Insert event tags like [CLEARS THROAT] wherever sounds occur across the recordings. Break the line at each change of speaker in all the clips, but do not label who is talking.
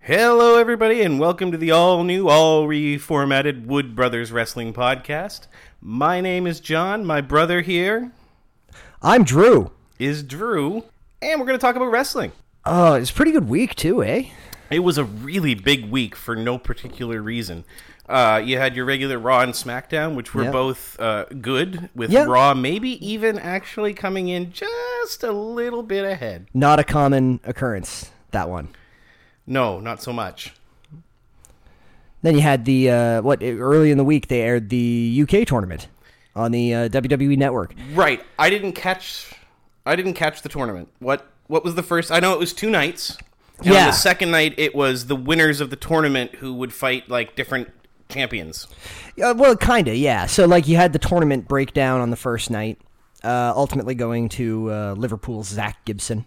Hello, everybody, and welcome to the all new, all reformatted Wood Brothers Wrestling Podcast. My name is John. My brother here
I'm Drew.
is Drew, and we're going to talk about wrestling.
Oh, it's a pretty good week too, eh?
It was a really big week for no particular reason. Uh, you had your regular Raw and SmackDown, which were
Yeah.
both uh, good, with
Yeah.
Raw maybe even actually coming in just a little bit ahead.
Not a common occurrence that one.
No, not so much.
Then you had the uh, what early in the week they aired the UK tournament on the uh, WWE network.
Right. I didn't catch. I didn't catch the tournament. What What was the first? I know it was two nights. And On
Yeah.
the second night, it was the winners of the tournament who would fight like different champions.
Uh, well, kinda, yeah. So like you had the tournament breakdown on the first night, uh, ultimately going to uh, Liverpool's Zach Gibson.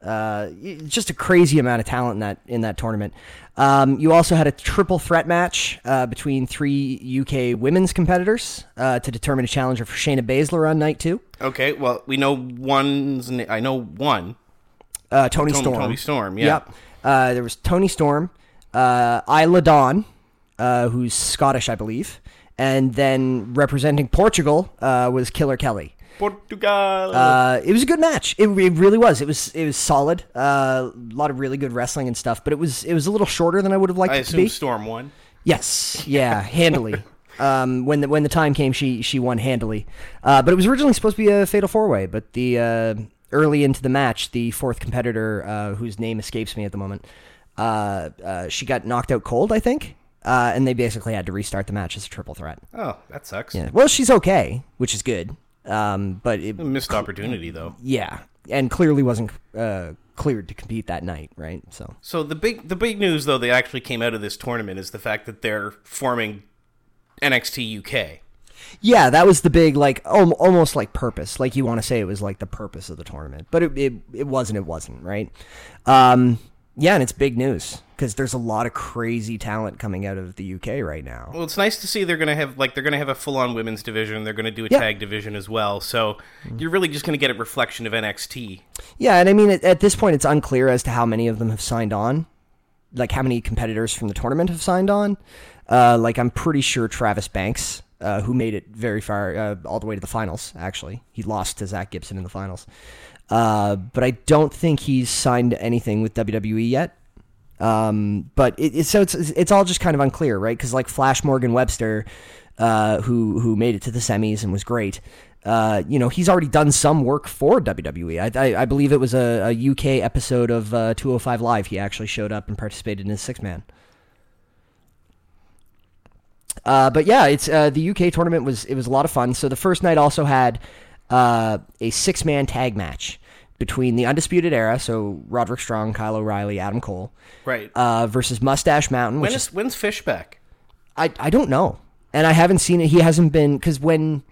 Uh, y- just a crazy amount of talent in that in that tournament. Um, you also had a triple threat match uh, between three UK women's competitors uh, to determine a challenger for Shayna Baszler on night two.
Okay. Well, we know one's. na- I know one.
Uh, Tony,
Tony-
Storm.
Tony Storm, yeah.
Yep. Uh, there was Tony Storm, uh, Isla Dawn, uh, who's Scottish, I believe, and then representing Portugal uh, was Killer Kelly.
Portugal.
Uh, it was a good match. It, it really was. It was it was solid. Uh, a lot of really good wrestling and stuff. But it was it was a little shorter than I would have liked
I
it to be.
assume Storm won.
Yes. Yeah. handily. Um, when the when the time came, she she won handily. Uh, but it was originally supposed to be a fatal four way. But the uh, early into the match, the fourth competitor, uh, whose name escapes me at the moment, uh, uh, she got knocked out cold, I think. Uh, and they basically had to restart the match as a triple threat.
Oh, that sucks.
Yeah. Well, she's okay, which is good. Um, but it,
Missed opportunity though.
yeah, and clearly wasn't uh, cleared to compete that night, right? So
So the big the big news though that actually came out of this tournament is the fact that they're forming NXT UK.
Yeah, that was the big like al- almost like purpose. Like you want to say it was like the purpose of the tournament, but it it, it wasn't. It wasn't right. Um, yeah, and it's big news because there's a lot of crazy talent coming out of the UK right now.
Well, it's nice to see they're going to have like they're going to have a full-on women's division. They're going to do a
Yeah. Mm-hmm.
tag division as well. So you're really just going to get a reflection of NXT.
Yeah, and I mean at, at this point it's unclear as to how many of them have signed on, like how many competitors from the tournament have signed on. Uh, like I'm pretty sure Travis Banks. Uh, who made it very far, uh, all the way to the finals? Actually, he lost to Zach Gibson in the finals, uh, but I don't think he's signed anything with WWE yet. Um, but it, it, so it's it's all just kind of unclear, right? Because like Flash Morgan Webster, uh, who who made it to the semis and was great, uh, you know, he's already done some work for WWE. I, I, I believe it was a, a UK episode of uh, 205 Live. He actually showed up and participated in his six man. Uh, but yeah, it's uh, the UK tournament was it was a lot of fun. So the first night also had uh, a six man tag match between the Undisputed Era, so Roderick Strong, Kyle O'Reilly, Adam Cole,
Right.
uh, versus Mustache Mountain, which
When
is
is when's Fish back?
I I don't know, and I haven't seen it. He hasn't been because when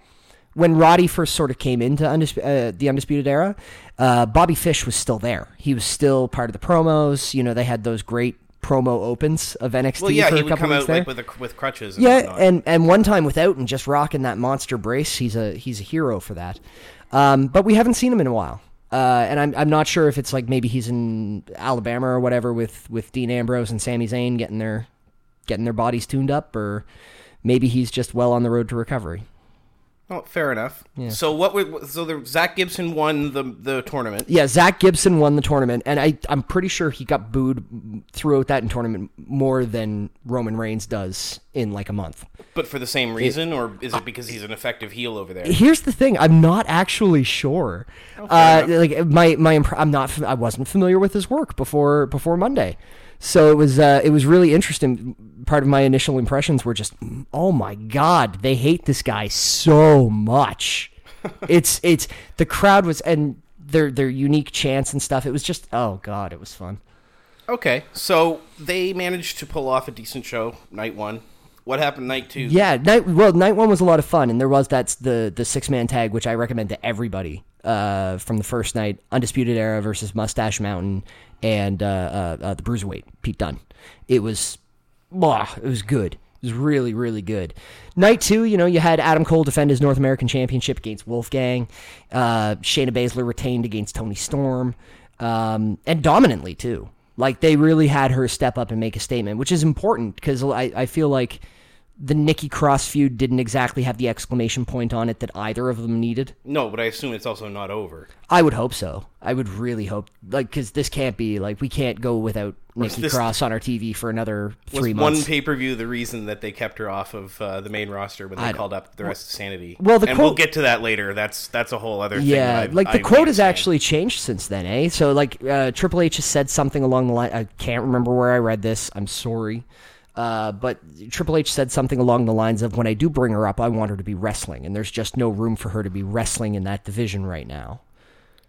when Roddy first sort of came into Undisp- uh, the Undisputed Era, uh, Bobby Fish was still there. He was still part of the promos. You know, they had those great promo opens of NXT
Well, yeah,
for
he
a
would
couple
come
weeks
out
there.
like with a, with crutches. And
Yeah,
whatnot.
and and one time without and just rocking that monster brace, he's a he's a hero for that. Um, but we haven't seen him in a while, uh, and I'm I'm not sure if it's like maybe he's in Alabama or whatever with with Dean Ambrose and Sami Zayn getting their getting their bodies tuned up, or maybe he's just well on the road to recovery.
oh, fair enough. So what? We, so the, Zach Gibson won the the tournament.
Yeah, Zach Gibson won the tournament, and I I'm pretty sure he got booed throughout that tournament more than Roman Reigns does in like a month.
But for the same reason, or is it because he's an effective heel over
[LAUGHS]
there?
here's the thing i'm not actually sure uh, like my my impr- i'm not fam- i wasn't familiar with his work before before monday so it was uh, it was really interesting part of my initial impressions were just oh my god they hate this guy so much it's it's the crowd was and their their unique chants and stuff it was just oh god it was fun
Okay. So they managed to pull off a decent show night one. What happened night two?
Yeah, night well, night one was a lot of fun, and there was that's the the six man tag, which I recommend to everybody uh, from the first night: Undisputed Era versus Mustache Mountain and uh, uh, uh, the Bruiserweight Pete Dunne. It was, blah, it was good. It was really really good. Night two, you know, you had Adam Cole defend his North American Championship against Wolfgang, uh, Shayna Baszler retained against Tony Storm, um, and dominantly too. Like they really had her step up and make a statement, which is important because I, I feel like the Nikki Cross feud didn't exactly have the exclamation point on it that either of them needed.
No, but I assume it's also not over.
I would hope so. I would really hope, like, because this can't be like we can't go without Nikki
this-
Cross on our TV for another
Was
three
one
months.
pay per view the reason that they kept her off of uh, the main roster when they
don't-
called up the rest of Sanity?
Well, the
and
quote-
we'll get to that later. That's that's a whole other thing.
yeah,
that I-
like
I
the quote has
understand.
actually changed since then, eh? So like uh, Triple H has said something along the line. I can't remember where I read this. I'm sorry, uh, but Triple H said something along the lines of, "When I do bring her up, I want her to be wrestling, and there's just no room for her to be wrestling in that division right now."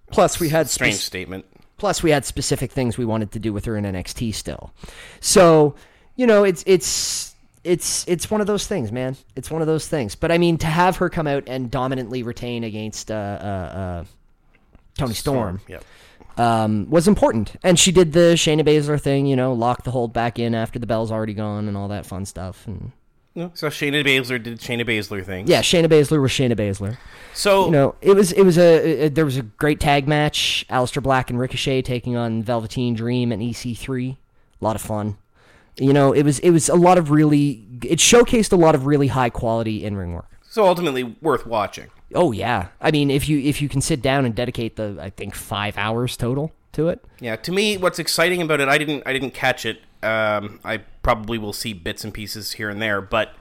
Plus, we had
strange
spec-
statement.
plus we had specific things we wanted to do with her in NXT still. So, you know, it's it's it's it's one of those things, man. It's one of those things. But I mean, to have her come out and dominantly retain against uh, uh, uh, Tony Storm,
Yep.
um, was important, and she did the Shayna Baszler thing, you know, lock the hold back in after the bell's already gone, and all that fun stuff. And
No, so Shayna Baszler did Shayna Baszler thing.
yeah, Shayna Baszler was Shayna Baszler.
So
You know, it was it was a it- there was a great tag match. Aleister Black and Ricochet taking on Velveteen Dream and EC3. A lot of fun. You know, it was it was a lot of really it showcased a lot of really high quality in ring work.
so ultimately worth watching.
Oh yeah, I mean if you if you can sit down and dedicate the I think five hours total to it.
Yeah, to me, what's exciting about it, I didn't, I didn't catch it. Um, I probably will see bits and pieces here and there, but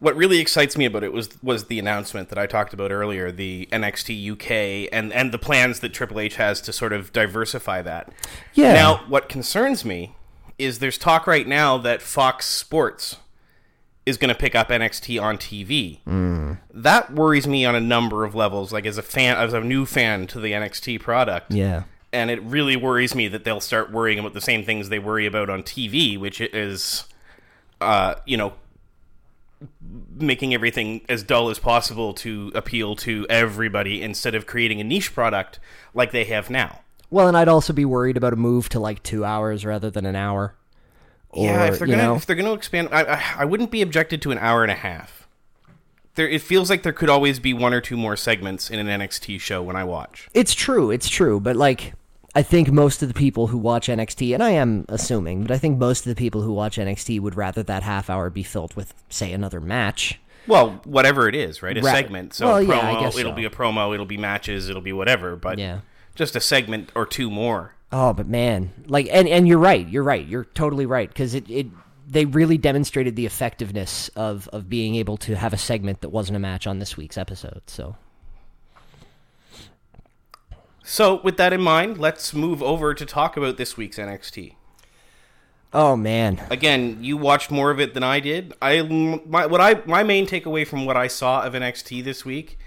what really excites me about it was was the announcement that I talked about earlier, the NXT UK, and and the plans that Triple H has to sort of diversify that.
Yeah.
Now, what concerns me is there's talk right now that Fox Sports is going to pick up NXT on TV. That worries me on a number of levels. Like as a fan, as a new fan to the NXT product
Yeah.
and it really worries me that they'll start worrying about the same things they worry about on TV, which is, uh, you know, making everything as dull as possible to appeal to everybody instead of creating a niche product like they have now.
Well, and I'd also be worried about a move to like two hours rather than an hour. Or,
yeah, if they're
you
gonna
know,
if they're gonna expand, I, I I wouldn't be objected to an hour and a half. There, it feels like there could always be one or two more segments in an NXT show when I watch.
It's true, it's true, but like I think most of the people who watch NXT, and I am assuming, but I think most of the people who watch NXT would rather that half hour be filled with, say, another match.
Well, whatever it is, right? A
Right.
segment. So
Well,
promo,
yeah, I guess
it'll
so.
be a promo, it'll be matches, it'll be whatever, but
Yeah.
just a segment or two more.
Oh, but man, like, and and you're right, you're right, you're totally right, because it it they really demonstrated the effectiveness of of being able to have a segment that wasn't a match on this week's episode. So
So with that in mind, let's move over to talk about this week's NXT.
oh man,
Again, you watched more of it than I did. I my what I my main takeaway from what I saw of NXT this week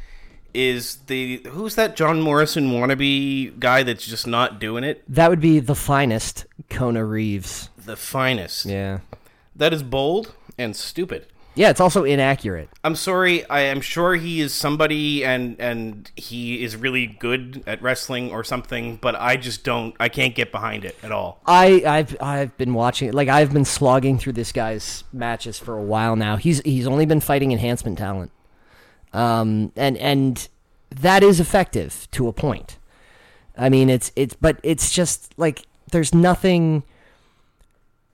is the who's that John Morrison wannabe guy that's just not doing it?
that would be the finest Kona Reeves.
The finest.
Yeah,
That is bold and stupid.
yeah, it's also inaccurate.
I'm sorry. I am sure he is somebody, and and he is really good at wrestling or something. But I just don't. I can't get behind it at all.
I, I've I've been watching like I've been slogging through this guy's matches for a while now. He's he's only been fighting enhancement talent, um, and and that is effective to a point. I mean, it's it's but it's just like there's nothing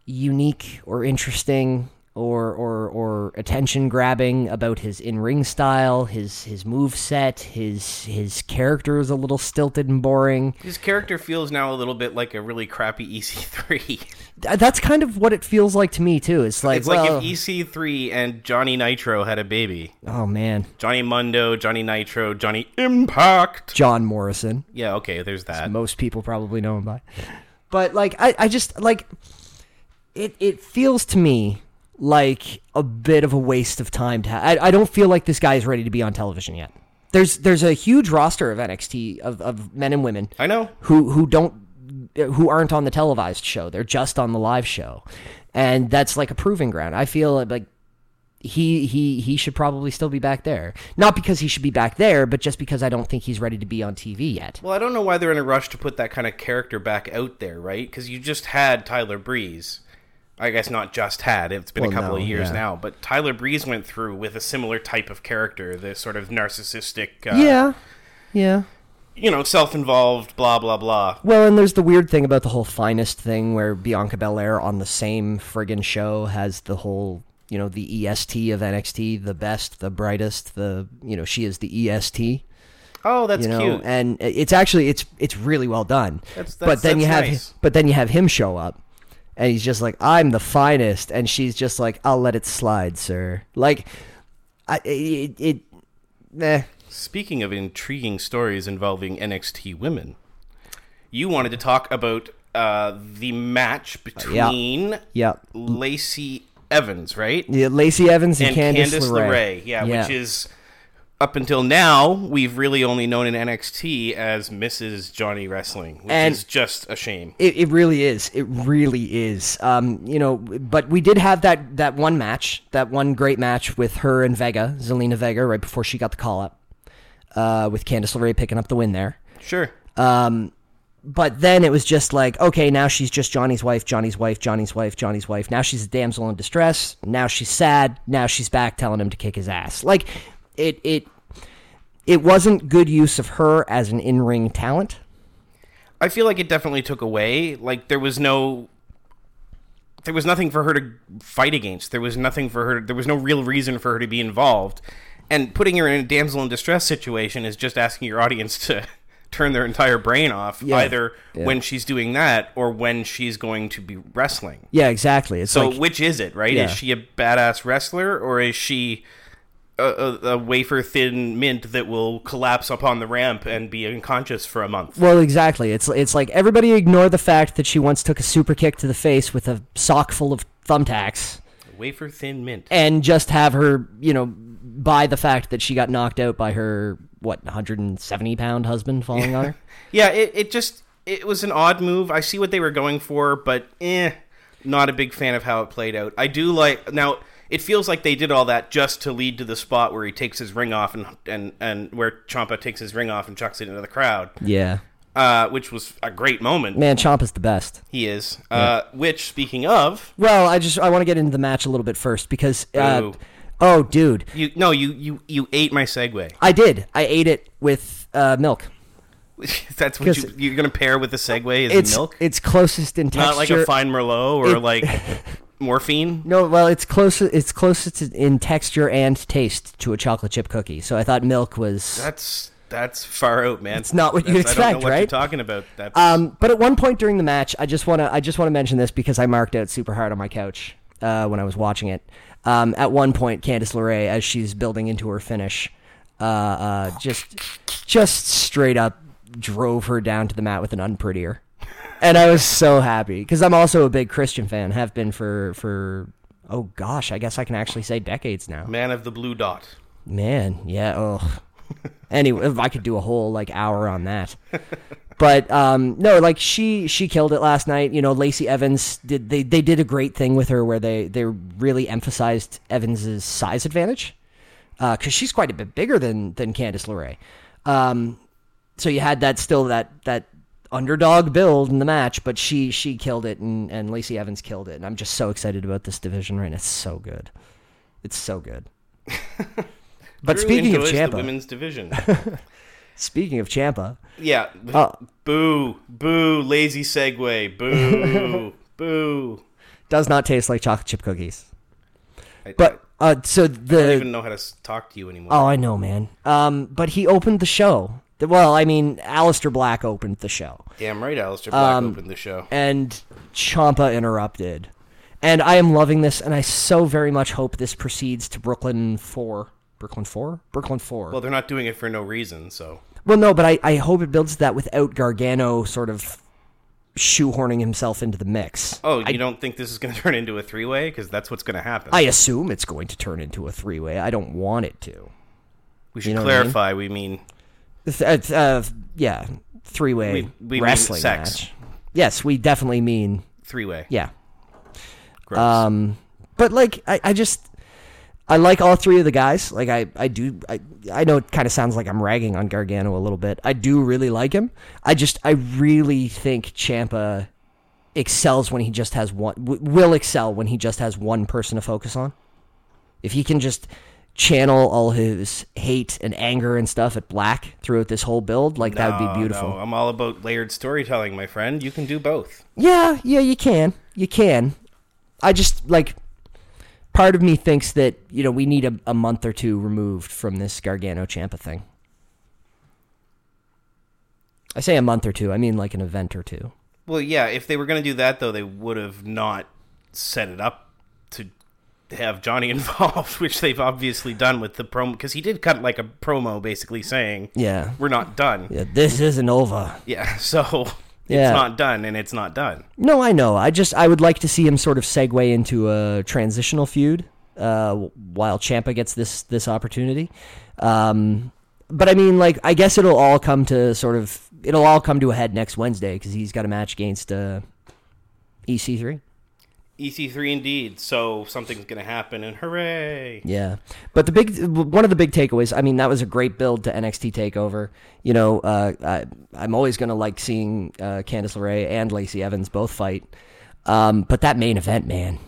unique or interesting or or or attention grabbing about his in ring style, his his move set, his his character is a little stilted and boring.
His character feels now a little bit like a really crappy [LAUGHS] E EC3.
Th- Uh, that's kind of what it feels like to me too. It's like,
it's
well,
like if e- EC3 and Johnny Nitro had a baby.
oh man,
Johnny Mundo, Johnny Nitro, Johnny Impact.
John Morrison.
Yeah, okay. There's that.
Most people probably know him by, but like I, I just like it. It feels to me like a bit of a waste of time to. Ha- I, I don't feel like this guy is ready to be on television yet. There's there's a huge roster of NXT of, of men and women
I know.
who who don't who aren't on the televised show. They're just on the live show, and that's like a proving ground. I feel like he he he should probably still be back there. Not because he should be back there, but just because I don't think he's ready to be on TV yet.
Well, I don't know why they're in a rush to put that kind of character back out there, right? Because you just had Tyler Breeze. I guess not just had. It's been a
Well,
couple
no,
of years
yeah.
now, but Tyler Breeze went through with a similar type of character, the sort of narcissistic. Uh,
Yeah, yeah.
you know, self-involved, blah blah blah.
Well, and there's the weird thing about the whole finest thing where Bianca Belair on the same friggin' show has the whole, you know, the EST of NXT, the best, the brightest, the, you know, she is the E EST,
Oh, that's
you know,
cute.
and it's actually it's it's really well done.
That's-
but
that's-
then you
that's
have
nice.
but then you have him show up and he's just like I'm the finest and she's just like I'll let it slide, sir. Like I it, it eh.
Speaking of intriguing stories involving NXT women, you wanted to talk about uh, the match
Uh, yeah.
between
Yeah.
Lacey Evans, right?
Yeah, Lacey Evans and,
and
Candice,
Candice
LeRae.
LeRae. Yeah,
Yeah.
which is up until now we've really only known in NXT as Mrs. Johnny Wrestling, which
And-
is just a shame.
It, it really is. It really is. Um, you know, but we did have that that one match, that one great match with her and Vega, Zelina Vega, right before she got the call up, uh, with Candice LeRae picking up the win there.
Sure.
But then it was just like, okay, now she's just Johnny's wife, Johnny's wife, Johnny's wife, Johnny's wife. Now she's a damsel in distress. Now she's sad. Now she's back telling him to kick his ass. Like, it it it wasn't good use of her as an in ring talent.
I feel like it definitely took away. Like there was no, there was nothing for her to fight against. There was nothing for her. There was no real reason for her to be involved. And putting her in a damsel in distress situation is just asking your audience to [LAUGHS] turn their entire brain off, either when she's doing that or when she's going to be wrestling.
Yeah, exactly. It's
So
like,
which is it, right?
Yeah.
Is she a badass wrestler or is she a, a, a wafer thin mint that will collapse upon the ramp and be unconscious for a month?
Well, exactly. It's it's like everybody ignore the fact that she once took a super kick to the face with a sock full of thumbtacks,
Wafer thin mint.
and just have her, you know, by the fact that she got knocked out by her what 170 pound husband falling on her.
Yeah, it, it just it was an odd move. I see what they were going for, but eh, not a big fan of how it played out. I do like now. It feels like they did all that just to lead to the spot where he takes his ring off and and and where Champa takes his ring off and chucks it into the crowd,
Yeah,
uh, which was a great moment.
man, Chompa's the best.
He is. Uh, which speaking of,
Well, I just I want to get into the match a little bit first because uh,
Ooh.
oh, dude,
you no, you you you ate my segue.
I did. I ate it with uh, milk.
[LAUGHS] That's what you,
Because-
you're gonna pair with the segue is
It's
milk,
it's closest in texture.
not like a fine merlot or
it- [LAUGHS]
like morphine.
No, well, it's closer. It's closer to, in texture and taste to a chocolate chip cookie. So I thought milk was.
That's that's far out, man. It's
not what you'd
I don't
expect,
know what You're
right?
talking about that.
Um, but at one point during the match, I just wanna I just wanna mention this because I marked out super hard on my couch uh, when I was watching it. Um, at one point, Candice LeRae, as she's building into her finish, uh, uh, just just straight up drove her down to the mat with an unprettier, and I was so happy because I'm also a big Christian fan, have been for for oh gosh, I guess I can actually say decades now.
man of the blue dot.
Man, yeah. Oh, anyway, if I could do a whole like hour on that. But um, no, like she she killed it last night. You know, Lacey Evans did they they did a great thing with her where they they really emphasized Evans's size advantage because she's quite a bit bigger than than Candice LeRae. Um, so you had that still that that underdog build in the match, but she she killed it and and Lacey Evans killed it, and I'm just so excited about this division right now. It's so good, it's
[LAUGHS]
so good. but
Drew
speaking of
enjoys the
Champa,
women's
[LAUGHS]
division.
speaking of Champa,
yeah.
Uh,
boo, boo, lazy segue.
[LAUGHS]
Boo, boo.
does not taste like chocolate chip cookies.
I,
But uh, so
I
the
don't even know how to s- talk to you anymore.
Oh, I know, man. Um, but he opened the show. Well, I mean, Alistair Black opened the show,
Damn right, Alistair Black
Um,
opened the show.
and Champa interrupted. And I am loving this, and I so very much hope this proceeds to Brooklyn Four. Brooklyn Four. Brooklyn Four.
Well,
Well,
they're not doing it for no reason, so
no, but I, I hope it builds to that without Gargano sort of shoehorning himself into the mix.
Oh, you don't think this is going to [LAUGHS] turn into a three way? Because that's what's going to happen.
I assume it's going to turn into a three way. I don't want it to.
we should
know what I mean?
clarify. We mean
Th- uh, uh, yeah, three way
We- we mean
wrestling
sex.
match. Yes, we definitely mean
three way.
yeah. Um, but like I, I just I like all three of the guys. Like I, I do I, I know it kind of sounds like I'm ragging on Gargano a little bit. I do really like him. I just I really think Champa excels when he just has one w- will excel when he just has one person to focus on. If he can just channel all his hate and anger and stuff at black throughout this whole build, like that would
Oh,
be beautiful.
no, I'm all about layered storytelling, my friend. You can do both.
Yeah, yeah, you can. You can. I just like part of me thinks that, you know, we need a, a month or two removed from this Gargano Champa thing. I say a month or two, I mean like an event or two.
Well, yeah, if they were going to do that, though, they would have not set it up to have Johnny [LAUGHS] involved, which they've obviously done with the promo, because he did cut like a promo basically saying,
Yeah.
We're not done. Yeah,
Yeah, this isn't over.
[LAUGHS] so it's
Yeah.
not done, and it's not done.
No, I know. I just I would like to see him sort of segue into a transitional feud uh, while Champa gets this this opportunity. Um, but I mean, like, I guess it'll all come to sort of it'll all come to a head next Wednesday because he's got a match against uh, E EC3.
EC3 E indeed, so something's going to happen, and hooray!
Yeah, but the big one of the big takeaways. I mean, that was a great build to NXT Takeover. You know, uh, I, I'm always gonna like seeing uh, Candice LeRae and Lacey Evans both fight. Um, but that main event, man.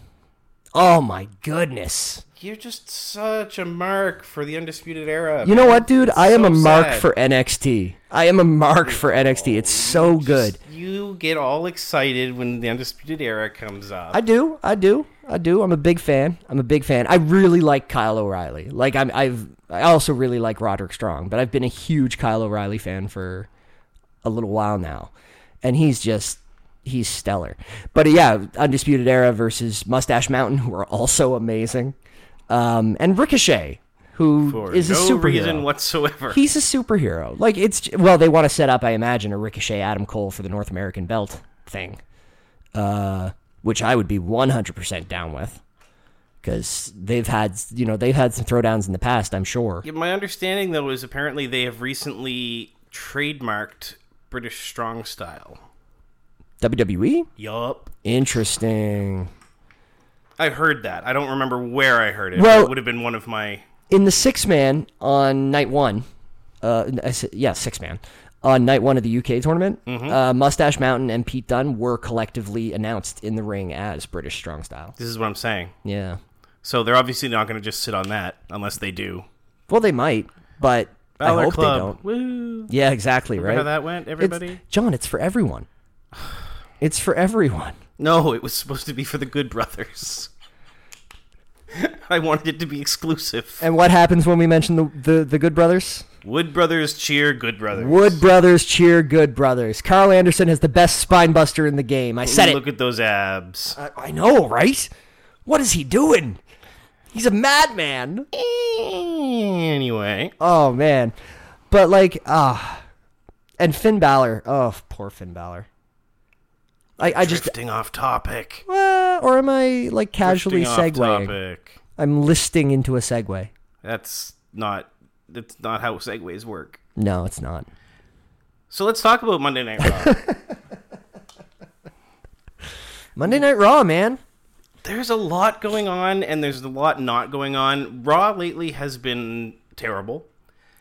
Oh my goodness!
You're just such a mark for the Undisputed Era.
You know what, dude? I am
so
a mark
sad.
for NXT. I am a mark for NXT. It's so good.
You get all excited when the Undisputed Era comes up.
I do. I do. I do. I'm a big fan. I'm a big fan. I really like Kyle O'Reilly. Like I'm. I've. I also really like Roderick Strong, but I've been a huge Kyle O'Reilly fan for a little while now, and he's just he's stellar. But uh, yeah, Undisputed Era versus Mustache Mountain, who are also amazing, um, and Ricochet, who is
for
a
no
superhero.
reason whatsoever. [LAUGHS]
He's a superhero. Like it's well, they want to set up, I imagine, a Ricochet Adam Cole for the North American Belt thing, uh, which I would be one hundred percent down with because they've had you know they've had some throwdowns in the past. I'm sure.
Yeah, My understanding, though, is apparently they have recently trademarked British strong style.
WWE,
Yup.
E? interesting.
I heard that. I don't remember where I heard it. but
Well-
it would have been one of my.
in the six man on night one, uh, I s- yeah, six man on night one of the UK tournament, uh, Mustache Mountain and Pete Dunne were collectively announced in the ring as British Strong Style.
This is what I'm saying.
Yeah,
So they're obviously not going to just sit on that unless they do.
well, they might, but
Balor
I hope
Club.
they don't.
Woo.
Yeah, exactly.
Remember
right.
how that went,
It's-
everybody?
John, it's for everyone. It's for everyone.
No, it was supposed to be for the Good Brothers. [LAUGHS] I wanted it to be exclusive.
And what happens when we mention the the, the Good Brothers?
Wood Brothers cheer Good Brothers.
Wood Brothers cheer Good Brothers. Carl Anderson has the best spine buster in the game. I said it.
Look at those abs.
I, I know, right? What is he doing? He's a madman.
Anyway,
Oh man, but like ah, and Finn Balor. Oh, poor Finn Balor. I, I just
drifting off topic.
uh, or am I like casually
Drifting off
segueing?
topic.
I'm listing into a segue.
That's not that's not how segues work.
No, it's not.
So let's talk about Monday Night
[LAUGHS]
Raw.
Monday Night Raw, man.
there's a lot going on, and there's a lot not going on. Raw lately has been terrible.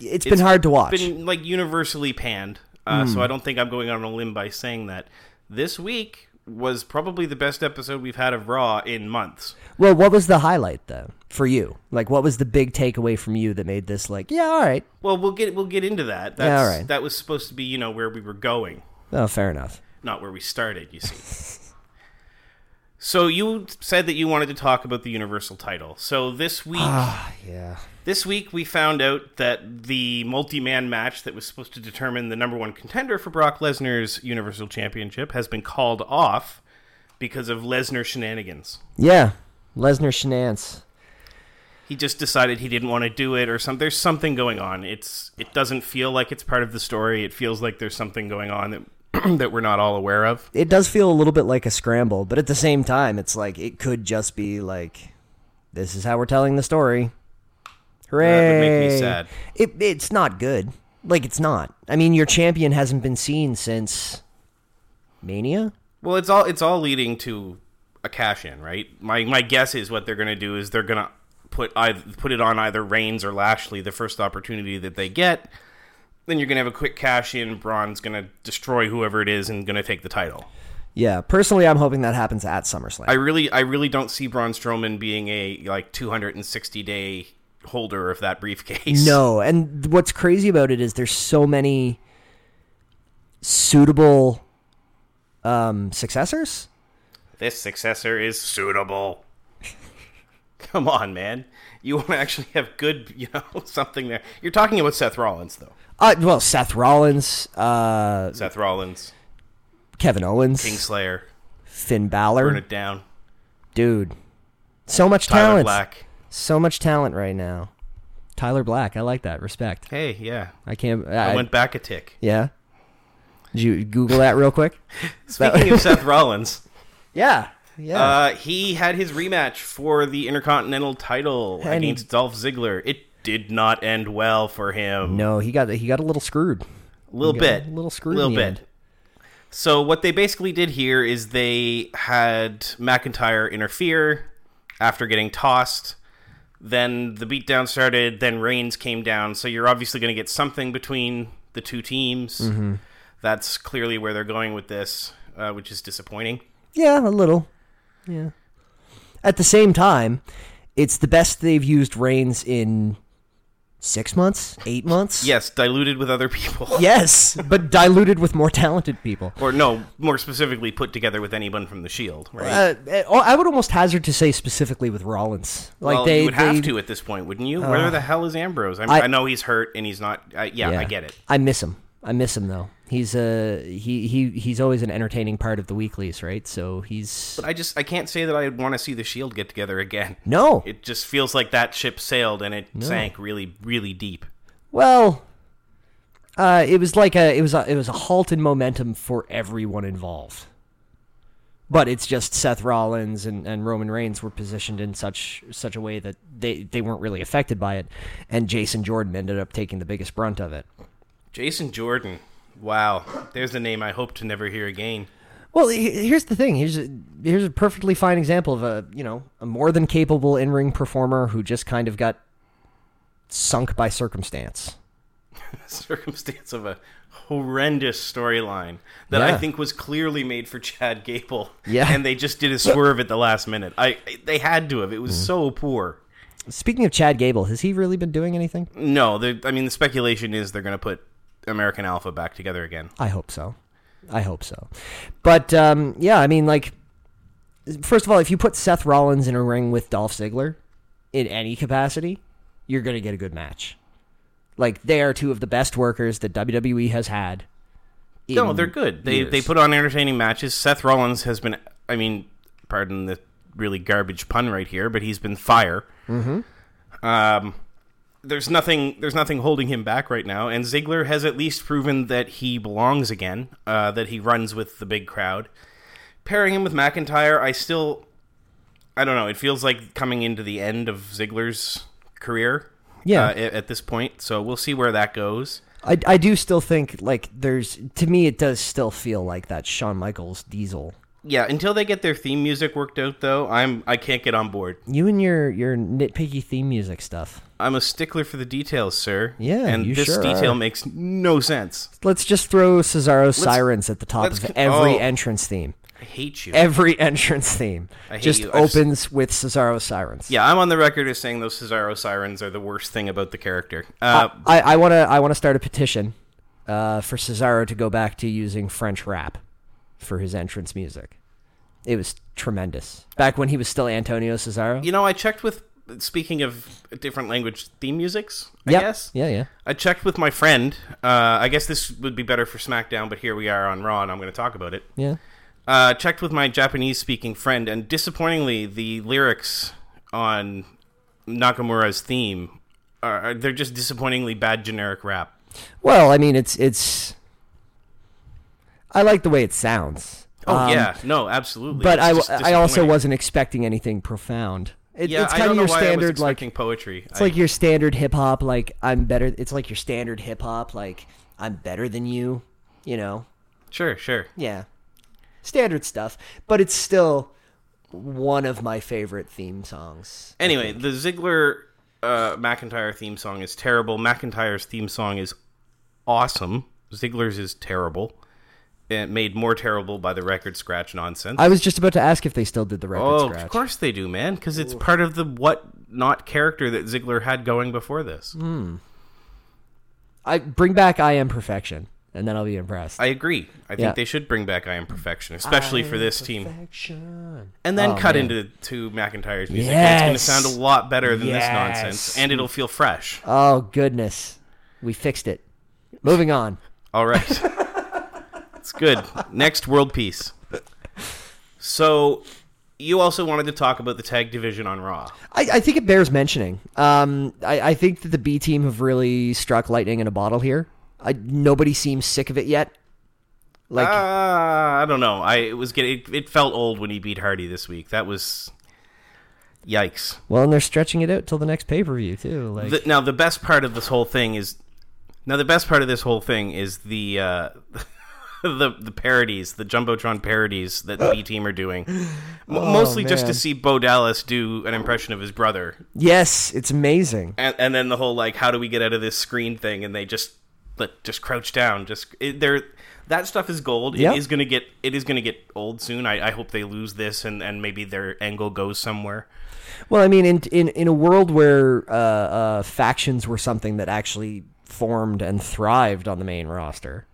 it's been hard to watch. Hmm.
Been like universally panned. Uh, So I don't think I'm going on a limb by saying that. This week was probably the best episode we've had of Raw in months.
Well, what was the highlight though for you? Like, what was the big takeaway from you that made this like, yeah, all right,
Well, we'll get we'll get into that. That's,
all right.
That was supposed to be you know where we were going.
oh, fair enough.
not where we started, you see.
[LAUGHS]
so you said that you wanted to talk about the universal title. So this week,
Ah. Yeah.
this week we found out that the multi-man match that was supposed to determine the number 1 contender for Brock Lesnar's universal championship has been called off because of Lesnar shenanigans.
Yeah. Lesnar shenanigans.
He just decided he didn't want to do it or some there's something going on. It's it doesn't feel like it's part of the story. It feels like there's something going on that [CLEARS THROAT] that we're not all aware of.
It does feel a little bit like a scramble, but at the same time, it's like it could just be like, this is how we're telling the story. Hooray!
That would make me sad.
It it's not good. Like it's not. I mean, your champion hasn't been seen since Mania.
Well, it's all it's all leading to a cash in, right? My my guess is what they're going to do is they're going to put either, put it on either Reigns or Lashley the first opportunity that they get. Then you're going to have a quick cash in. Braun's going to destroy whoever it is and going to take the title.
Yeah, personally, I'm hoping that happens at SummerSlam.
I really I really don't see Braun Strowman being a like 260 day holder of that briefcase.
No, and what's crazy about it is there's so many suitable um, successors.
This successor is suitable. [LAUGHS] Come on, man. You want to actually have good, you know, [LAUGHS] something there. You're talking about Seth Rollins, though.
Uh, well, Seth Rollins, uh,
Seth Rollins,
Kevin Owens,
Kingslayer,
Finn Balor,
burn it down.
dude, so much
Tyler
talent,
Black.
so much talent right now. Tyler Black, I like that. Respect.
Hey, yeah.
I can't.
I
I,
went back a tick.
Yeah. Did you Google that real
[LAUGHS]
quick?
Speaking
[LAUGHS]
of Seth Rollins,
Yeah. Yeah.
uh, he had his rematch for the Intercontinental title
And he-
against Dolph Ziggler. It did not end well for him.
no, he got he got a little screwed.
little
You got
bit,
a little screwed
little
in the
bit.
end.
So what they basically did here is they had McIntyre interfere after getting tossed. Then the beatdown started. Then Reigns came down. So you're obviously going to get something between the two teams.
Mm-hmm.
That's clearly where they're going with this, uh, which is disappointing.
Yeah, a little. Yeah. At the same time, it's the best they've used Reigns in six months, eight months.
Yes, diluted with other people. [LAUGHS]
Yes, but diluted with more talented people.
Or no, more specifically, put together with anyone from the Shield. Right?
Uh, eh, oh, I would almost hazard to say specifically with Rollins. Like
well,
they
you would have
they- Uh,
to at this point, wouldn't you? Where the hell is Ambrose? I, mean,
I-
I know he's hurt and he's not. I yeah, I get it.
I miss him. I miss him though. He's uh he he he's always an entertaining part of the weeklies, right? So he's
But I just I can't say that I want to see the Shield get together again.
no.
It just feels like that ship sailed and it sank really, really deep.
Well, uh, it was like a it was a it was a halt in momentum for everyone involved. But it's just Seth Rollins and, and Roman Reigns were positioned in such such a way that they, they weren't really affected by it, and Jason Jordan ended up taking the biggest brunt of it.
Jason Jordan. Wow, there's a name I hope to never hear again. [LAUGHS]
Well, he- here's the thing. Here's a, here's a perfectly fine example of a you know a more than capable in ring performer who just kind of got sunk by circumstance.
Circumstance of a horrendous storyline that I
Yeah.
think was clearly made for Chad Gable.
Yeah.
and they just did a swerve at the last minute. I they had to have. It was
Mm.
so poor.
Speaking of Chad Gable, has he really been doing anything?
No, the- I mean the speculation is they're going to put American Alpha back together again.
I hope so. I hope so. But um, yeah, I mean, like, first of all, if you put Seth Rollins in a ring with Dolph Ziggler in any capacity, you're going to get a good match. Like, they are two of the best workers that WWE has had.
No,
in
they're good. They
years.
they put on entertaining matches. Seth Rollins has been, I mean, pardon the really garbage pun right here, but he's been fire. Mm-hmm. Um, there's nothing there's nothing holding him back right now, and Ziggler has at least proven that he belongs again. Uh, that he runs with the big crowd. Pairing him with McIntyre, I still, I don't know. It feels like coming into the end of Ziggler's career.
Yeah.
uh, at, at this point, so we'll see where that goes.
I, I do still think, like, there's, to me, it does still feel like that Shawn Michaels diesel.
Yeah, until they get their theme music worked out, though, I'm I can't get on board.
You and your, your nitpicky theme music stuff.
I'm a stickler for the details, sir.
Yeah,
and
you
this
sure
detail
are.
makes no sense.
Let's just throw Cesaro's sirens at the top
let's
of
con-
every
oh.
entrance theme.
I hate you.
every entrance theme
hate
just
you. I just-
opens with Cesaro's sirens.
yeah, I'm on the record as saying those Cesaro sirens are the worst thing about the character. Uh,
I, I wanna I wanna start a petition uh, for Cesaro to go back to using French rap for his entrance music. It was tremendous back when he was still Antonio Cesaro.
you know, I checked with speaking of different language theme musics. I
Yep.
guess.
Yeah, yeah.
I checked with my friend. Uh, I guess this would be better for SmackDown, but here we are on Raw, and I'm going to talk about it.
Yeah.
uh, checked with my Japanese speaking friend, and disappointingly, the lyrics on Nakamura's theme are are- they're just disappointingly bad generic rap.
Well, I mean it's it's I like the way it sounds.
Oh
Um,
yeah, no, absolutely.
But
It's
I,
just
w- I also
disappointing.
wasn't expecting anything profound. It,
yeah.
it's
I
kind
don't
of
know
your
why I was
standard like
expecting poetry.
It's like your standard hip hop, like I'm better. It's like your standard hip hop, like I'm better than you. You know,
sure, sure.
yeah, standard stuff. But it's still one of my favorite theme songs.
Anyway, the Ziggler uh, McIntyre theme song is terrible. McIntyre's theme song is awesome. Ziggler's is terrible. It made more terrible by the record scratch nonsense.
I was just about to ask if they still did the record
Oh,
scratch.
of course they do, man, because it's part of the what not character that Ziggler had going before this.
Mm-hmm. I bring back I am perfection, and then I'll be impressed.
I agree. I think
Yeah.
they should bring back I Am Perfection, especially for this team.
Perfection. Oh,
And then cut into to McIntyre's music. And it's going
Yes.
to sound a lot better than this nonsense,
Yes.
and it'll feel fresh.
Oh goodness, we fixed it. Moving on.
All
[LAUGHS]
right. it's good. Next world peace. So, you also wanted to talk about the tag division on Raw.
I, I think it bears mentioning. Um, I, I think that the B team have really struck lightning in a bottle here. I, nobody seems sick of it yet. Like,
Ah, I don't know. I it was getting it, it felt old when he beat Hardy this week. That was yikes.
well, and they're stretching it out till the next pay per view too. Like,
The, now the best part of this whole thing is now the best part of this whole thing is the uh, [LAUGHS] the the parodies, the jumbotron parodies that the B team are doing,
[GASPS]
M- mostly just to
Oh, man.
see Bo Dallas do an impression of his brother,
yes, it's amazing.
and, and then the whole like how do we get out of this screen thing, and they just like, just crouch down, just it, they're. That stuff is gold.
Yeah.
It is gonna get it is gonna get old soon. I, I hope they lose this and, and maybe their angle goes somewhere.
Well, I mean, in in in a world where uh, uh, factions were something that actually formed and thrived on the main roster,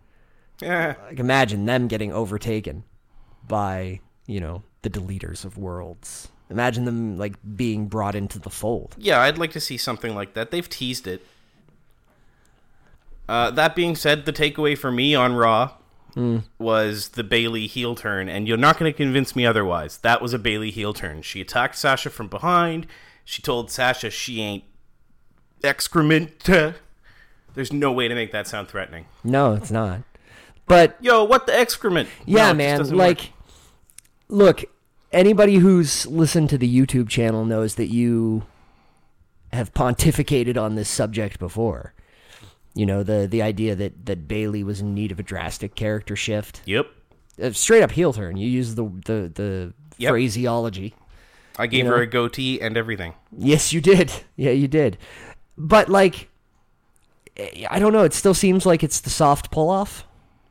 Yeah.
like imagine them getting overtaken by you know the deleters of worlds. Imagine them like being brought into the fold.
Yeah, I'd like to see something like that. They've teased it. Uh, that being said, the takeaway for me on Raw
Hmm.
was the Bailey heel turn, and you're not going to convince me otherwise. That was a Bailey heel turn. She attacked Sasha from behind. She told Sasha she ain't excrement. There's no way to make that sound threatening.
No, it's not. But
Yo, what the excrement? No, it
yeah,
just
man,
doesn't work.
like look, anybody who's listened to the YouTube channel knows that you have pontificated on this subject before. You know, the the idea that that Bailey was in need of a drastic character shift.
yep.
A straight up heel turn. You use the the the
Yep.
phraseology.
I gave
You
her
know?
a goatee and everything.
Yes, you did. Yeah, you did. But like, I don't know. It still seems like it's the soft pull off.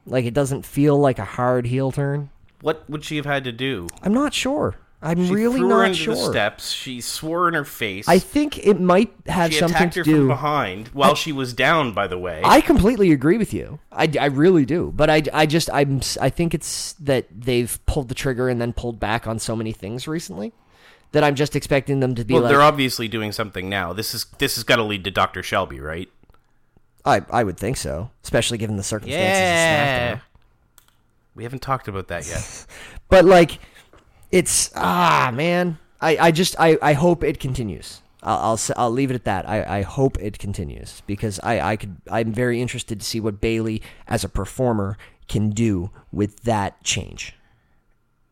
Like it doesn't feel like a hard heel turn.
What would she have had to do?
I'm not sure. I'm
She
really
threw her
not
into
sure.
the steps. She swore in her face.
I think it might have
She
something
attacked her
to
from
do.
behind while she was down. By the way,
I completely agree with you. I, I really do. But I, I just I'm s- I think it's that they've pulled the trigger and then pulled back on so many things recently that I'm just expecting them to be
well,
like
they're obviously doing something now. This is this has got to lead to Doctor Shelby, right?
I I would think so, especially given the circumstances. Of SmackDown.
We haven't talked about that yet.
But like, it's ah man, I, I just I, I hope it continues. I'll, I'll s- I'll leave it at that. I, I hope it continues because I I could I'm very interested to see what Bailey as a performer can do with that change.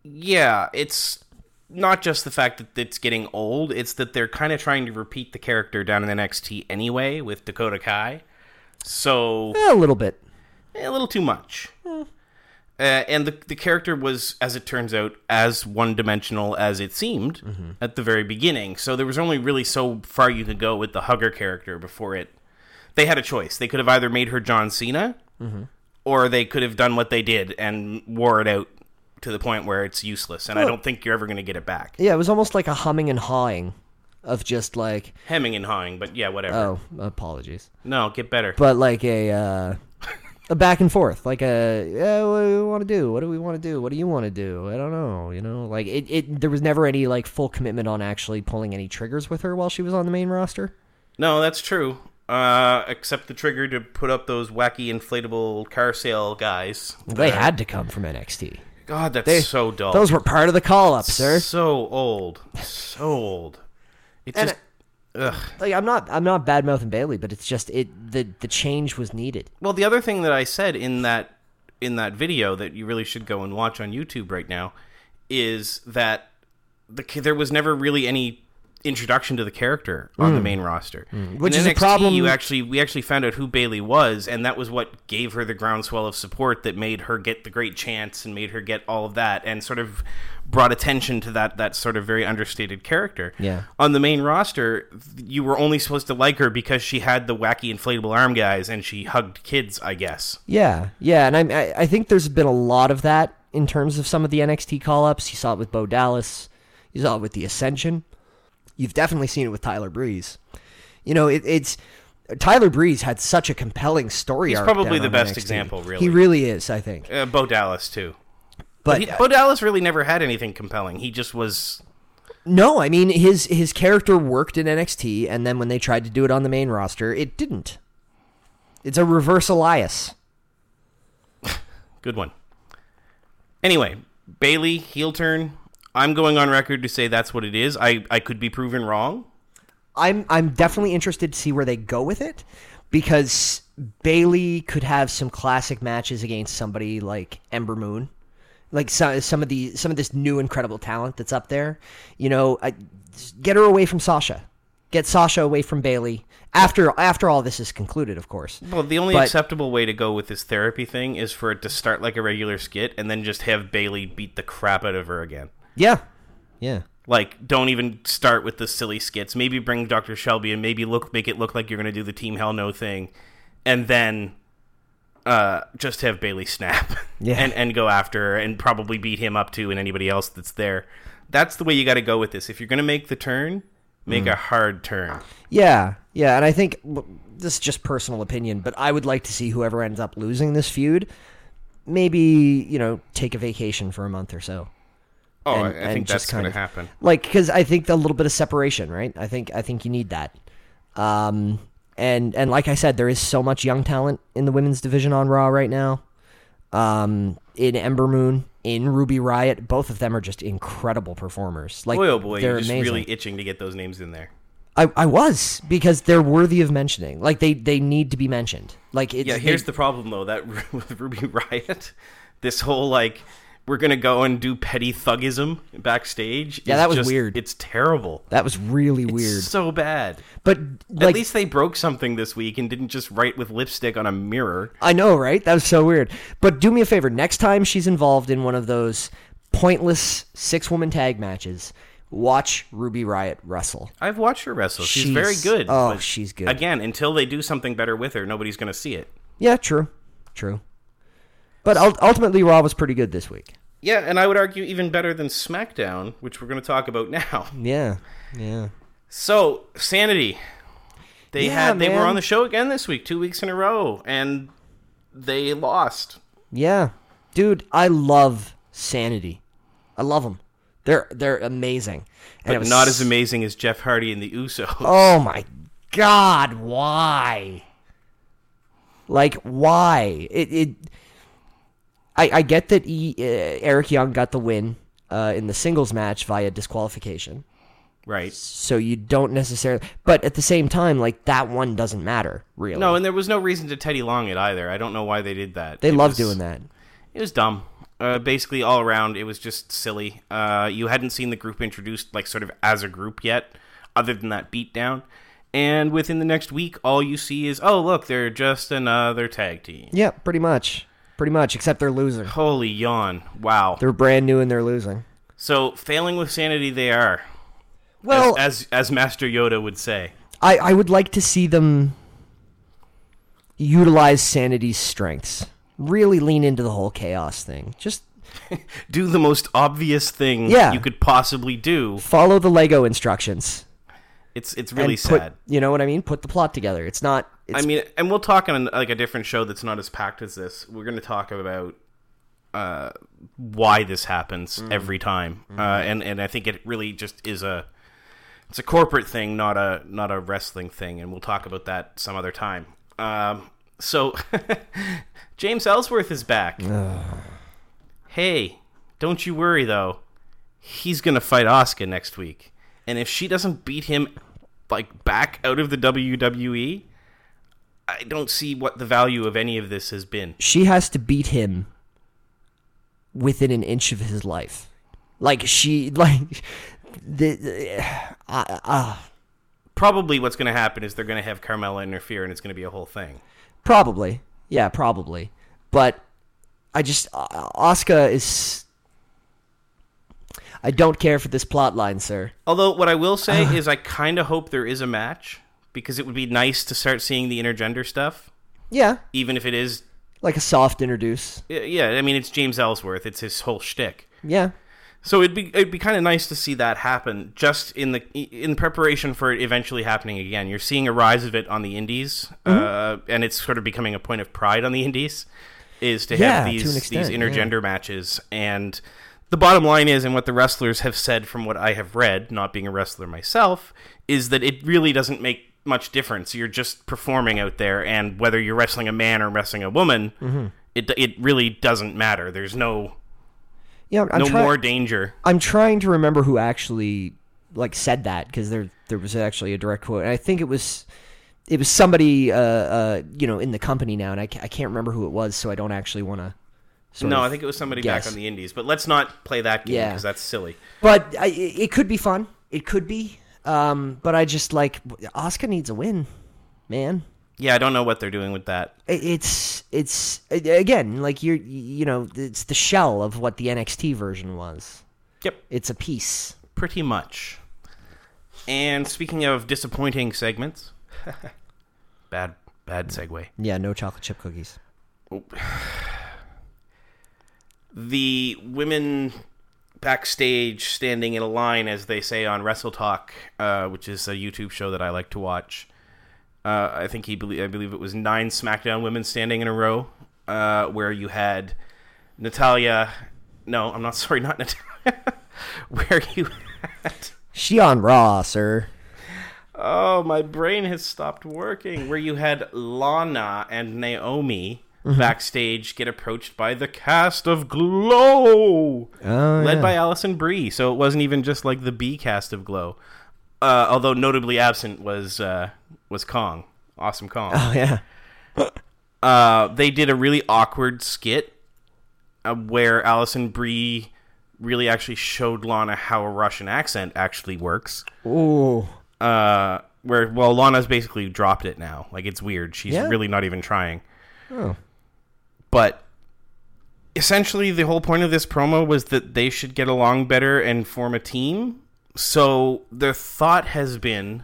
yeah, it's not just the fact that it's getting old; it's that they're kind of trying to repeat the character down in NXT anyway with Dakota Kai. So
Eh, a little bit.
eh, a little too much. Uh, and the the character was, as it turns out, as one dimensional as it seemed
Mm-hmm.
at the very beginning. So there was only really so far you could go with the hugger character before it. They had a choice. They could have either made her John Cena,
Mm-hmm.
or they could have done what they did and wore it out to the point where it's useless. And I don't think you're ever going to get it back.
Yeah, it was almost like a humming and hawing of just like
Hemming and hawing, but yeah, whatever.
oh apologies,
No, get better.
but like a. Uh, A back and forth, like a yeah, what do we want to do? What do we want to do? What do you want to do? I don't know, you know. Like it, it, there was never any like full commitment on actually pulling any triggers with her while she was on the main roster.
No, that's true. Uh, except the trigger to put up those wacky inflatable car sale guys.
They had to come from NXT.
God, that's so dull.
Those were part of the call up, sir.
so old, so old. It's
And
just ugh.
Like I'm not, I'm not bad mouthing Bailey, but it's just it. The the change was needed.
Well, the other thing that I said in that in that video that you really should go and watch on YouTube right now is that the ca- there was never really any introduction to the character on the main roster.
Mm. Which
In
is a
NXT,
problem-
You actually we actually found out who Bailey was, and that was what gave her the groundswell of support that made her get the great chance and made her get all of that, and sort of brought attention to that that sort of very understated character.
Yeah.
On the main roster, th- you were only supposed to like her because she had the wacky inflatable arm guys and she hugged kids, I guess.
Yeah, yeah, and I'm, I I think there's been a lot of that in terms of some of the NXT call ups. You saw it with Bo Dallas. You saw it with the Ascension. You've definitely seen it with Tyler Breeze. You know, it, it's Tyler Breeze had such a compelling story. He's arc
probably
down
the
on
best
NXT.
example, really.
He really is, I think.
Uh, Bo Dallas too.
But
He, Bo Dallas really never had anything compelling. He just was.
No, I mean his his character worked in NXT, and then when they tried to do it on the main roster, it didn't. It's a reverse Elias.
Good one. Anyway, Bailey heel turn. I'm going on record to say that's what it is. I I could be proven wrong.
I'm I'm definitely interested to see where they go with it because Bailey could have some classic matches against somebody like Ember Moon. Like some some of the some of this new incredible talent that's up there, you know, I, just get her away from Sasha, get Sasha away from Bailey. After after all this is concluded, of course.
Well, the only
But-
acceptable way to go with this therapy thing is for it to start like a regular skit and then just have Bailey beat the crap out of her again.
Yeah, yeah.
Like, don't even start with the silly skits. Maybe bring Dr. Shelby and maybe look make it look like you're going to do the Team Hell No thing, and then uh, just have Bailey snap [LAUGHS]
Yeah.
and and go after her and probably beat him up too and anybody else that's there. That's the way you got to go with this. If you're going to make the turn, make
Mm.
a hard turn.
Yeah, yeah, and I think w- this is just personal opinion, but I would like to see whoever ends up losing this feud, maybe you know, take a vacation for a month or so.
Oh,
And-
I, I
and
think
just
that's going
kind
to
of-
happen.
Like, because I think a little bit of separation, right? I think I think you need that. Um, and and like I said, there is so much young talent in the women's division on Raw right now. Um, in Ember Moon, in Ruby Riot, both of them are just incredible performers. Like,
Boy, oh boy,
they're
you're just
amazing.
really itching to get those names in there.
I, I was because they're worthy of mentioning. Like they, they need to be mentioned. Like it's,
Yeah, here's the problem though. That [LAUGHS] with Ruby Riot, this whole like we're gonna go and do petty thugism backstage.
Yeah,
is
that was
just-
weird.
It's terrible.
that was really weird.
So bad.
But like
At least they broke something this week and didn't just write with lipstick on a mirror.
I know, right? That was so weird. But do me a favor. Next time she's involved in one of those pointless six woman tag matches, watch Ruby Riot wrestle.
I've watched her wrestle. She's,
She's-
very good.
oh,
but
she's good.
Again, until they do something better with her, nobody's gonna see it.
Yeah, true, true. But ul- ultimately, Raw was pretty good this week.
Yeah, and I would argue even better than SmackDown, which we're gonna talk about [LAUGHS] now.
Yeah, yeah.
So sanity. They
Yeah,
had they were
man.
on the show again this week, two weeks in a row, and they lost.
Yeah, dude, I love Sanity. I love them. They're they're amazing. And it
But
was
not as amazing as Jeff Hardy and the Usos.
Oh my god, why? Like why? It it I I get that he, uh, Eric Young got the win uh, in the singles match via disqualification.
[LAUGHS] Right.
So you don't necessarily but at the same time like that one doesn't matter, really.
No, and there was no reason to Teddy Long it either. I don't know why they did that.
they
It
love
was-
doing that.
It was dumb. Uh, basically, all around, it was just silly. Uh, you hadn't seen the group introduced, like, sort of as a group yet, other than that beatdown. And within the next week, all you see is, oh, look, they're just another tag team.
Yeah, pretty much. Pretty much except they're losing.
Holy yawn. Wow.
They're brand new and they're losing.
So, failing with sanity, they are.
Well,
as, as as Master Yoda would say.
I, I would like to see them utilize sanity's strengths. Really lean into the whole chaos thing. Just
Do the most obvious thing
Yeah.
you could possibly do.
follow the Lego instructions.
It's it's really
and put,
sad.
You know what I mean? Put the plot together. It's not. It's,
I mean, and we'll talk on like a different show that's not as packed as this. We're going to talk about uh, why this happens every time, uh, and and I think it really just is a it's a corporate thing, not a not a wrestling thing, and we'll talk about that some other time. Um, so [LAUGHS] James Ellsworth is back. hey, don't you worry though. He's going to fight Asuka next week. And if she doesn't beat him like back out of the E, WWE, I don't see what the value of any of this has been.
she has to beat him within an inch of his life. Like she, [LAUGHS] like the, the uh, uh,
Probably what's going to happen is they're going to have Carmella interfere and it's going to be a whole thing.
Probably. Yeah, probably. But I just Oscar is I don't care for this plot line, sir.
Although what I will say is I kind of hope there is a match because it would be nice to start seeing the intergender stuff,
Yeah,
even if it is
like a soft introduce.
yeah, I mean it's James Ellsworth, it's his whole shtick.
Yeah.
So it'd be it'd be kind of nice to see that happen, just in the in preparation for it eventually happening again. You're seeing a rise of it on the indies, uh,
Mm-hmm.
and it's sort of becoming a point of pride on the indies, is to have
Yeah, to an
these
extent,
these
yeah.
intergender matches. And the bottom line is, and what the wrestlers have said from what I have read, not being a wrestler myself, is that it really doesn't make much difference. You're just performing out there, and whether you're wrestling a man or wrestling a woman,
Mm-hmm.
it it really doesn't matter. There's no
Yeah, I'm
no
try-
more danger.
I'm trying to remember who actually like said that because there there was actually a direct quote, and I think it was it was somebody uh, uh you know in the company now, and I, ca- I can't remember who it was, so I don't actually want to.
No, I think it was somebody
guess.
back on the Indies, but let's not play that game
Yeah.
because that's silly.
but I, it it could be fun. It could be. Um, but I just like Oscar needs a win, man.
Yeah, I don't know what they're doing with that.
It- It's it's again like you're you know it's the shell of what the NXT version was.
Yep,
It's a piece.
pretty much. And speaking of disappointing segments, [LAUGHS] bad bad segue.
Yeah, no chocolate chip cookies.
The women backstage standing in a line, as they say on Wrestle Talk, uh, which is a YouTube show that I like to watch. Uh, I think he belie- I believe it was nine SmackDown women standing in a row, uh, where you had Natalia. No, I'm not [LAUGHS] sorry, not Natalia. [LAUGHS] where you had.
She on Raw, sir. [LAUGHS]
Oh, my brain has stopped working. Where you had Lana and Naomi
Mm-hmm.
backstage get approached by the cast of Glow,
Oh,
led
yeah.
by Allison Brie. So it wasn't even just like the B cast of Glow. Uh, although notably absent was uh, was Kong, awesome Kong.
[LAUGHS] Oh yeah.
Uh, they did a really awkward skit uh, where Allison Brie really actually showed Lana how a Russian accent actually works.
Ooh.
uh, where well Lana's basically dropped it now. Like it's weird. She's
Yeah?
really not even trying.
Oh.
But essentially, the whole point of this promo was that they should get along better and form a team. So their thought has been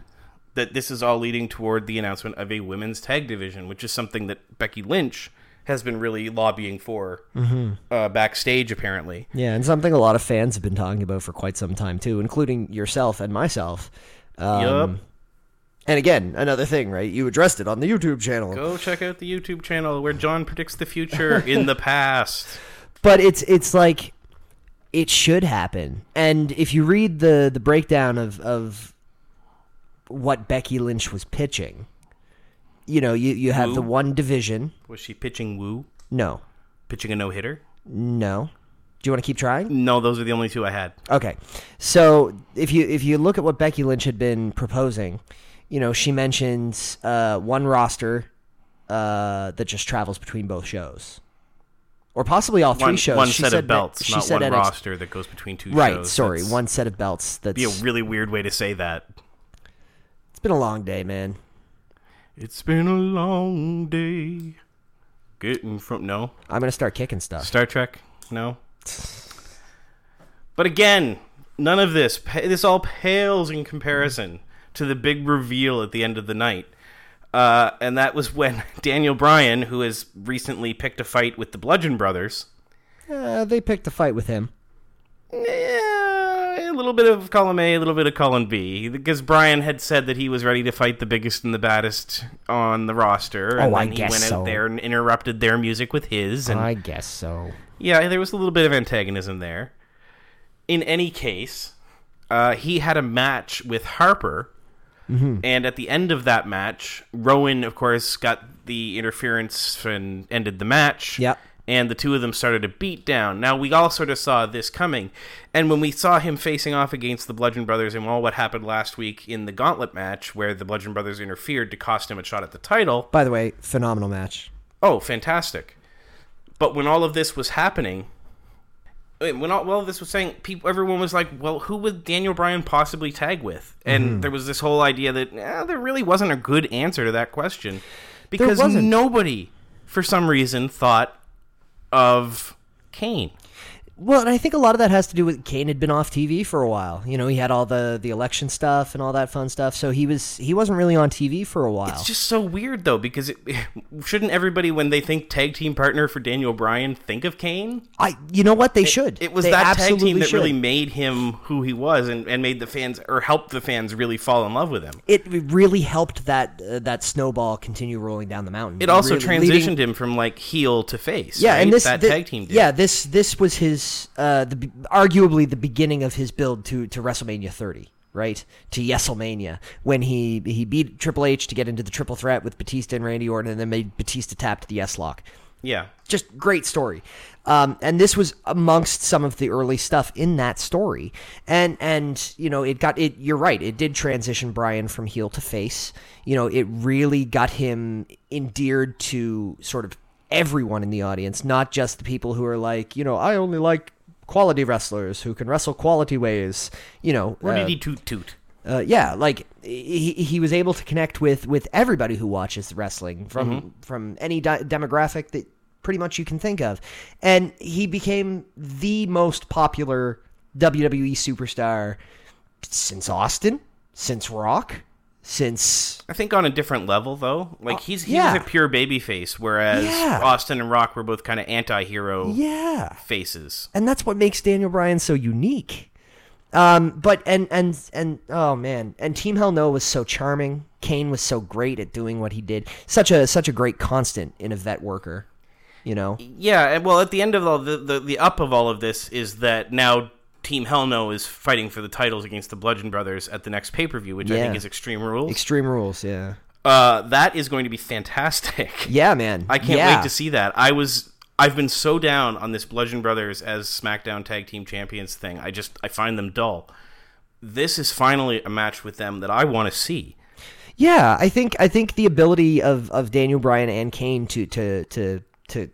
that this is all leading toward the announcement of a women's tag division, which is something that Becky Lynch has been really lobbying for
Mm-hmm.
uh, backstage, apparently.
Yeah, and something a lot of fans have been talking about for quite some time too, including yourself and myself. Um,
Yup.
And again, another thing, right? You addressed it on the YouTube channel,
Go check out the YouTube channel where John predicts the future in the past.
but it's it's like it should happen. And if you read the the breakdown of of what Becky Lynch was pitching, you know, you you have the one division.
Was she pitching woo?
No,
pitching a no hitter.
no. Do you want to keep trying?
No, those are the only two I had.
Okay, so if you if you look at what Becky Lynch had been proposing, you know she mentions uh, one roster uh, that just travels between both shows, or possibly all three
One,
shows.
one
She
set
said
of
that-
belts,
she
not
said
one
NXT
roster that goes between two
Right,
shows.
sorry,
That's-
one set of belts. That's
Be a really weird way to say that.
it's been a long day, man.
It's been a long day. Getting from no
I'm gonna start kicking stuff.
Star Trek, no. But again, none of this. pa- This all pales in comparison to the big reveal at the end of the night. Uh, and that was when [LAUGHS] Daniel Bryan, who has recently picked a fight with the Bludgeon Brothers,
Uh, they picked a fight with him.
Yeah, Eh, a little bit of column A, a little bit of column B, because Brian had said that he was ready to fight the biggest and the baddest on the roster. and
Oh, I
then he
guess
went
so.
out there and interrupted their music with his. And
I guess so.
yeah, there was a little bit of antagonism there. In any case, uh, he had a match with Harper, and at the end of that match, Rowan, of course, got the interference and ended the match.
Yep.
And the two of them started a beatdown. Now we all sort of saw this coming, and when we saw him facing off against the Bludgeon Brothers, and all what happened last week in the Gauntlet match, where the Bludgeon Brothers interfered to cost him a shot at the title,
By the way, phenomenal match.
oh, fantastic. But when all of this was happening, when all, when all this was saying, people, everyone was like, well, who would Daniel Bryan possibly tag with? And there was this whole idea that eh, there really wasn't a good answer to that question because
wasn't.
nobody, for some reason, thought of Kane.
Well, and I think a lot of that has to do with Kane had been off TV for a while. You know, he had all the the election stuff and all that fun stuff, so he was he wasn't really on TV for a while.
It's just so weird though because it, [LAUGHS] shouldn't everybody when they think tag team partner for Daniel Bryan think of Kane?
I you know what they should.
It was
They
that tag team
absolutely
that
should.
really made him who he was and, and made the fans or helped the fans really fall in love with him.
it really helped that uh, that snowball continue rolling down the mountain.
It also
really,
transitioned
leading-
him from like heel to face.
yeah,
right?
and this
that
thi-
tag team did.
Yeah, this this was his uh, the be- arguably the beginning of his build to to WrestleMania 30, right? To WrestleMania when he he beat Triple H to get into the triple threat with Batista and Randy Orton, and then made Batista tap to the S Lock.
yeah.
Just great story. Um, and this was amongst some of the early stuff in that story. And and you know, it got it you're right, it did transition Brian from heel to face. You know, it really got him endeared to sort of everyone in the audience, not just the people who are like, you know, I only like quality wrestlers who can wrestle quality ways, you know.
Or
uh,
did he toot toot?
uh, yeah, like he, he was able to connect with with everybody who watches wrestling from from any di- demographic that pretty much you can think of, and he became the most popular WWE superstar since Austin, since Rock, since
I think on a different level though. Like he's he
yeah.
was a pure baby face, whereas
Yeah.
Austin and Rock were both kind of anti hero
yeah.
faces.
and that's what makes Daniel Bryan so unique. Um, but and and and oh man, and Team Hell No was so charming. Kane was so great at doing what he did. Such a such a great constant in a vet worker, you know.
Yeah, and well, at the end of all the, the the up of all of this is that now Team Hell No is fighting for the titles against the Bludgeon Brothers at the next pay per view, which I
Yeah.
think is Extreme Rules.
Extreme rules, yeah,
uh, that is going to be fantastic. [LAUGHS]
yeah, man.
I can't
Yeah.
wait to see that. I was I've been so down on this Bludgeon Brothers as SmackDown Tag Team Champions thing. I just I find them dull. This is finally a match with them that I want to see.
Yeah, I think I think the ability of of Daniel Bryan and Kane to to to to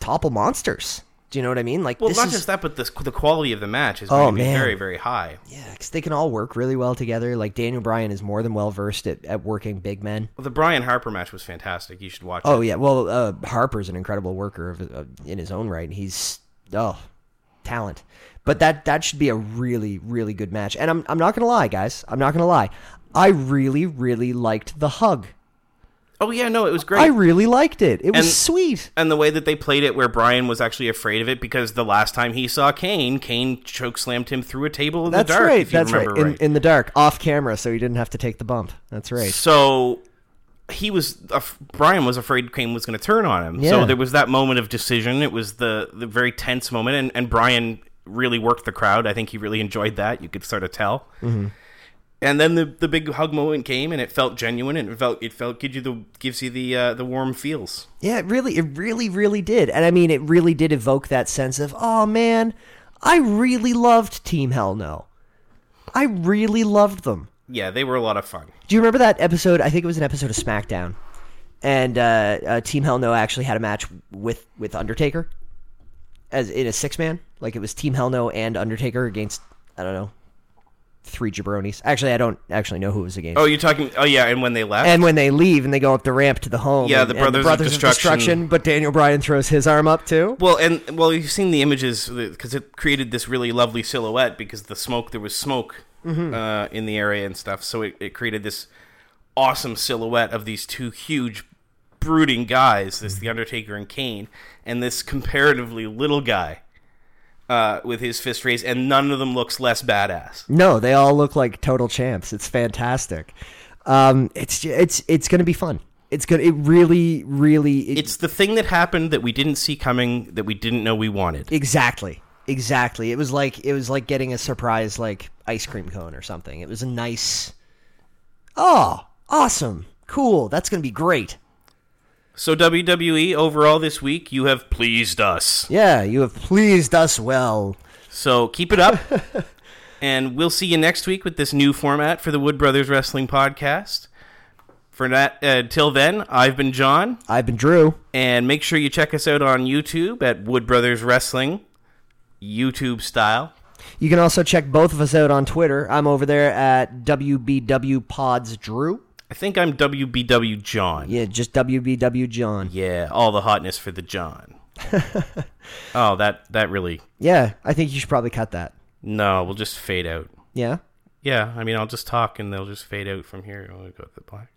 topple monsters. Do you know what I mean? Like
Well,
this
not
is,
just that, but the the quality of the match is
Oh,
going to be
man.
very very high.
yeah, 'cause they can all work really well together. Like Daniel Bryan is more than well versed at, at working big men.
Well, the Brian Harper match was fantastic. You should watch. it.
Oh yeah, well uh, Harper's an incredible worker of, of, in his own right. He's oh talent, but that that should be a really really good match. And I'm I'm not gonna lie, guys. I'm not gonna lie. I really really liked the hug.
Oh yeah, no, it was great.
I really liked it. It was
And-
sweet.
and the way that they played it where Brian was actually afraid of it because the last time he saw Kane, Kane choke slammed him through a table in
That's
the dark,
right.
if you
that's right.
remember
In, in the dark, off camera, so he didn't have to take the bump. That's right.
so he was af- Brian was afraid Kane was going to turn on him.
Yeah.
So there was that moment of decision. It was the the very tense moment and and Brian really worked the crowd. I think he really enjoyed that. You could sort of tell. And then the the big hug moment came and it felt genuine and it felt it felt gives you the gives you the uh, the warm feels.
Yeah, it really, it really, really did. And I mean, it really did evoke that sense of, oh man, I really loved Team Hell No. I really loved them.
Yeah, they were a lot of fun.
Do you remember that episode? I think it was an episode of SmackDown, and uh, uh, Team Hell No actually had a match with with Undertaker, as in a six man. Like it was Team Hell No and Undertaker against I don't know three jabronis. Actually, I don't actually know who it was against.
Oh, you're talking Oh yeah, and when they left?
And when they leave and they go up the ramp to the home,
Yeah,
and-
the
and
Brothers of Destruction.
But Daniel Bryan throws his arm up too.
Well, and well, you've seen the images because it created this really lovely silhouette because the smoke there was smoke uh, in the area and stuff, so it, it created this awesome silhouette of these two huge brooding guys, this the Undertaker and Kane, and this comparatively little guy uh, with his fist raised, and none of them looks less badass.
No, they all look like total champs. It's fantastic. Um, it's ju- it's it's going to be fun. It's gonna. It really, really. it-
It's the thing that happened that we didn't see coming, that we didn't know we wanted.
Exactly. Exactly. It was like it was like getting a surprise like ice cream cone or something. It was a nice Oh, awesome. Cool. That's going to be great.
So WWE overall this week, you have pleased us.
Yeah, you have pleased us well.
So keep it up. and we'll see you next week with this new format for the Wood Brothers Wrestling Podcast. For that, uh, till then, I've been John,
I've been Drew.
and make sure you check us out on YouTube at Wood Brothers Wrestling, YouTube style.
You can also check both of us out on Twitter. I'm over there at WBW Pods Drew.
I think I'm WBW John.
Yeah, just WBW John.
yeah, all the hotness for the John. Oh, that that really
Yeah, I think you should probably cut that.
no. We'll just fade out.
Yeah.
Yeah, I mean, I'll just talk and they'll just fade out from here. I'll go to the black.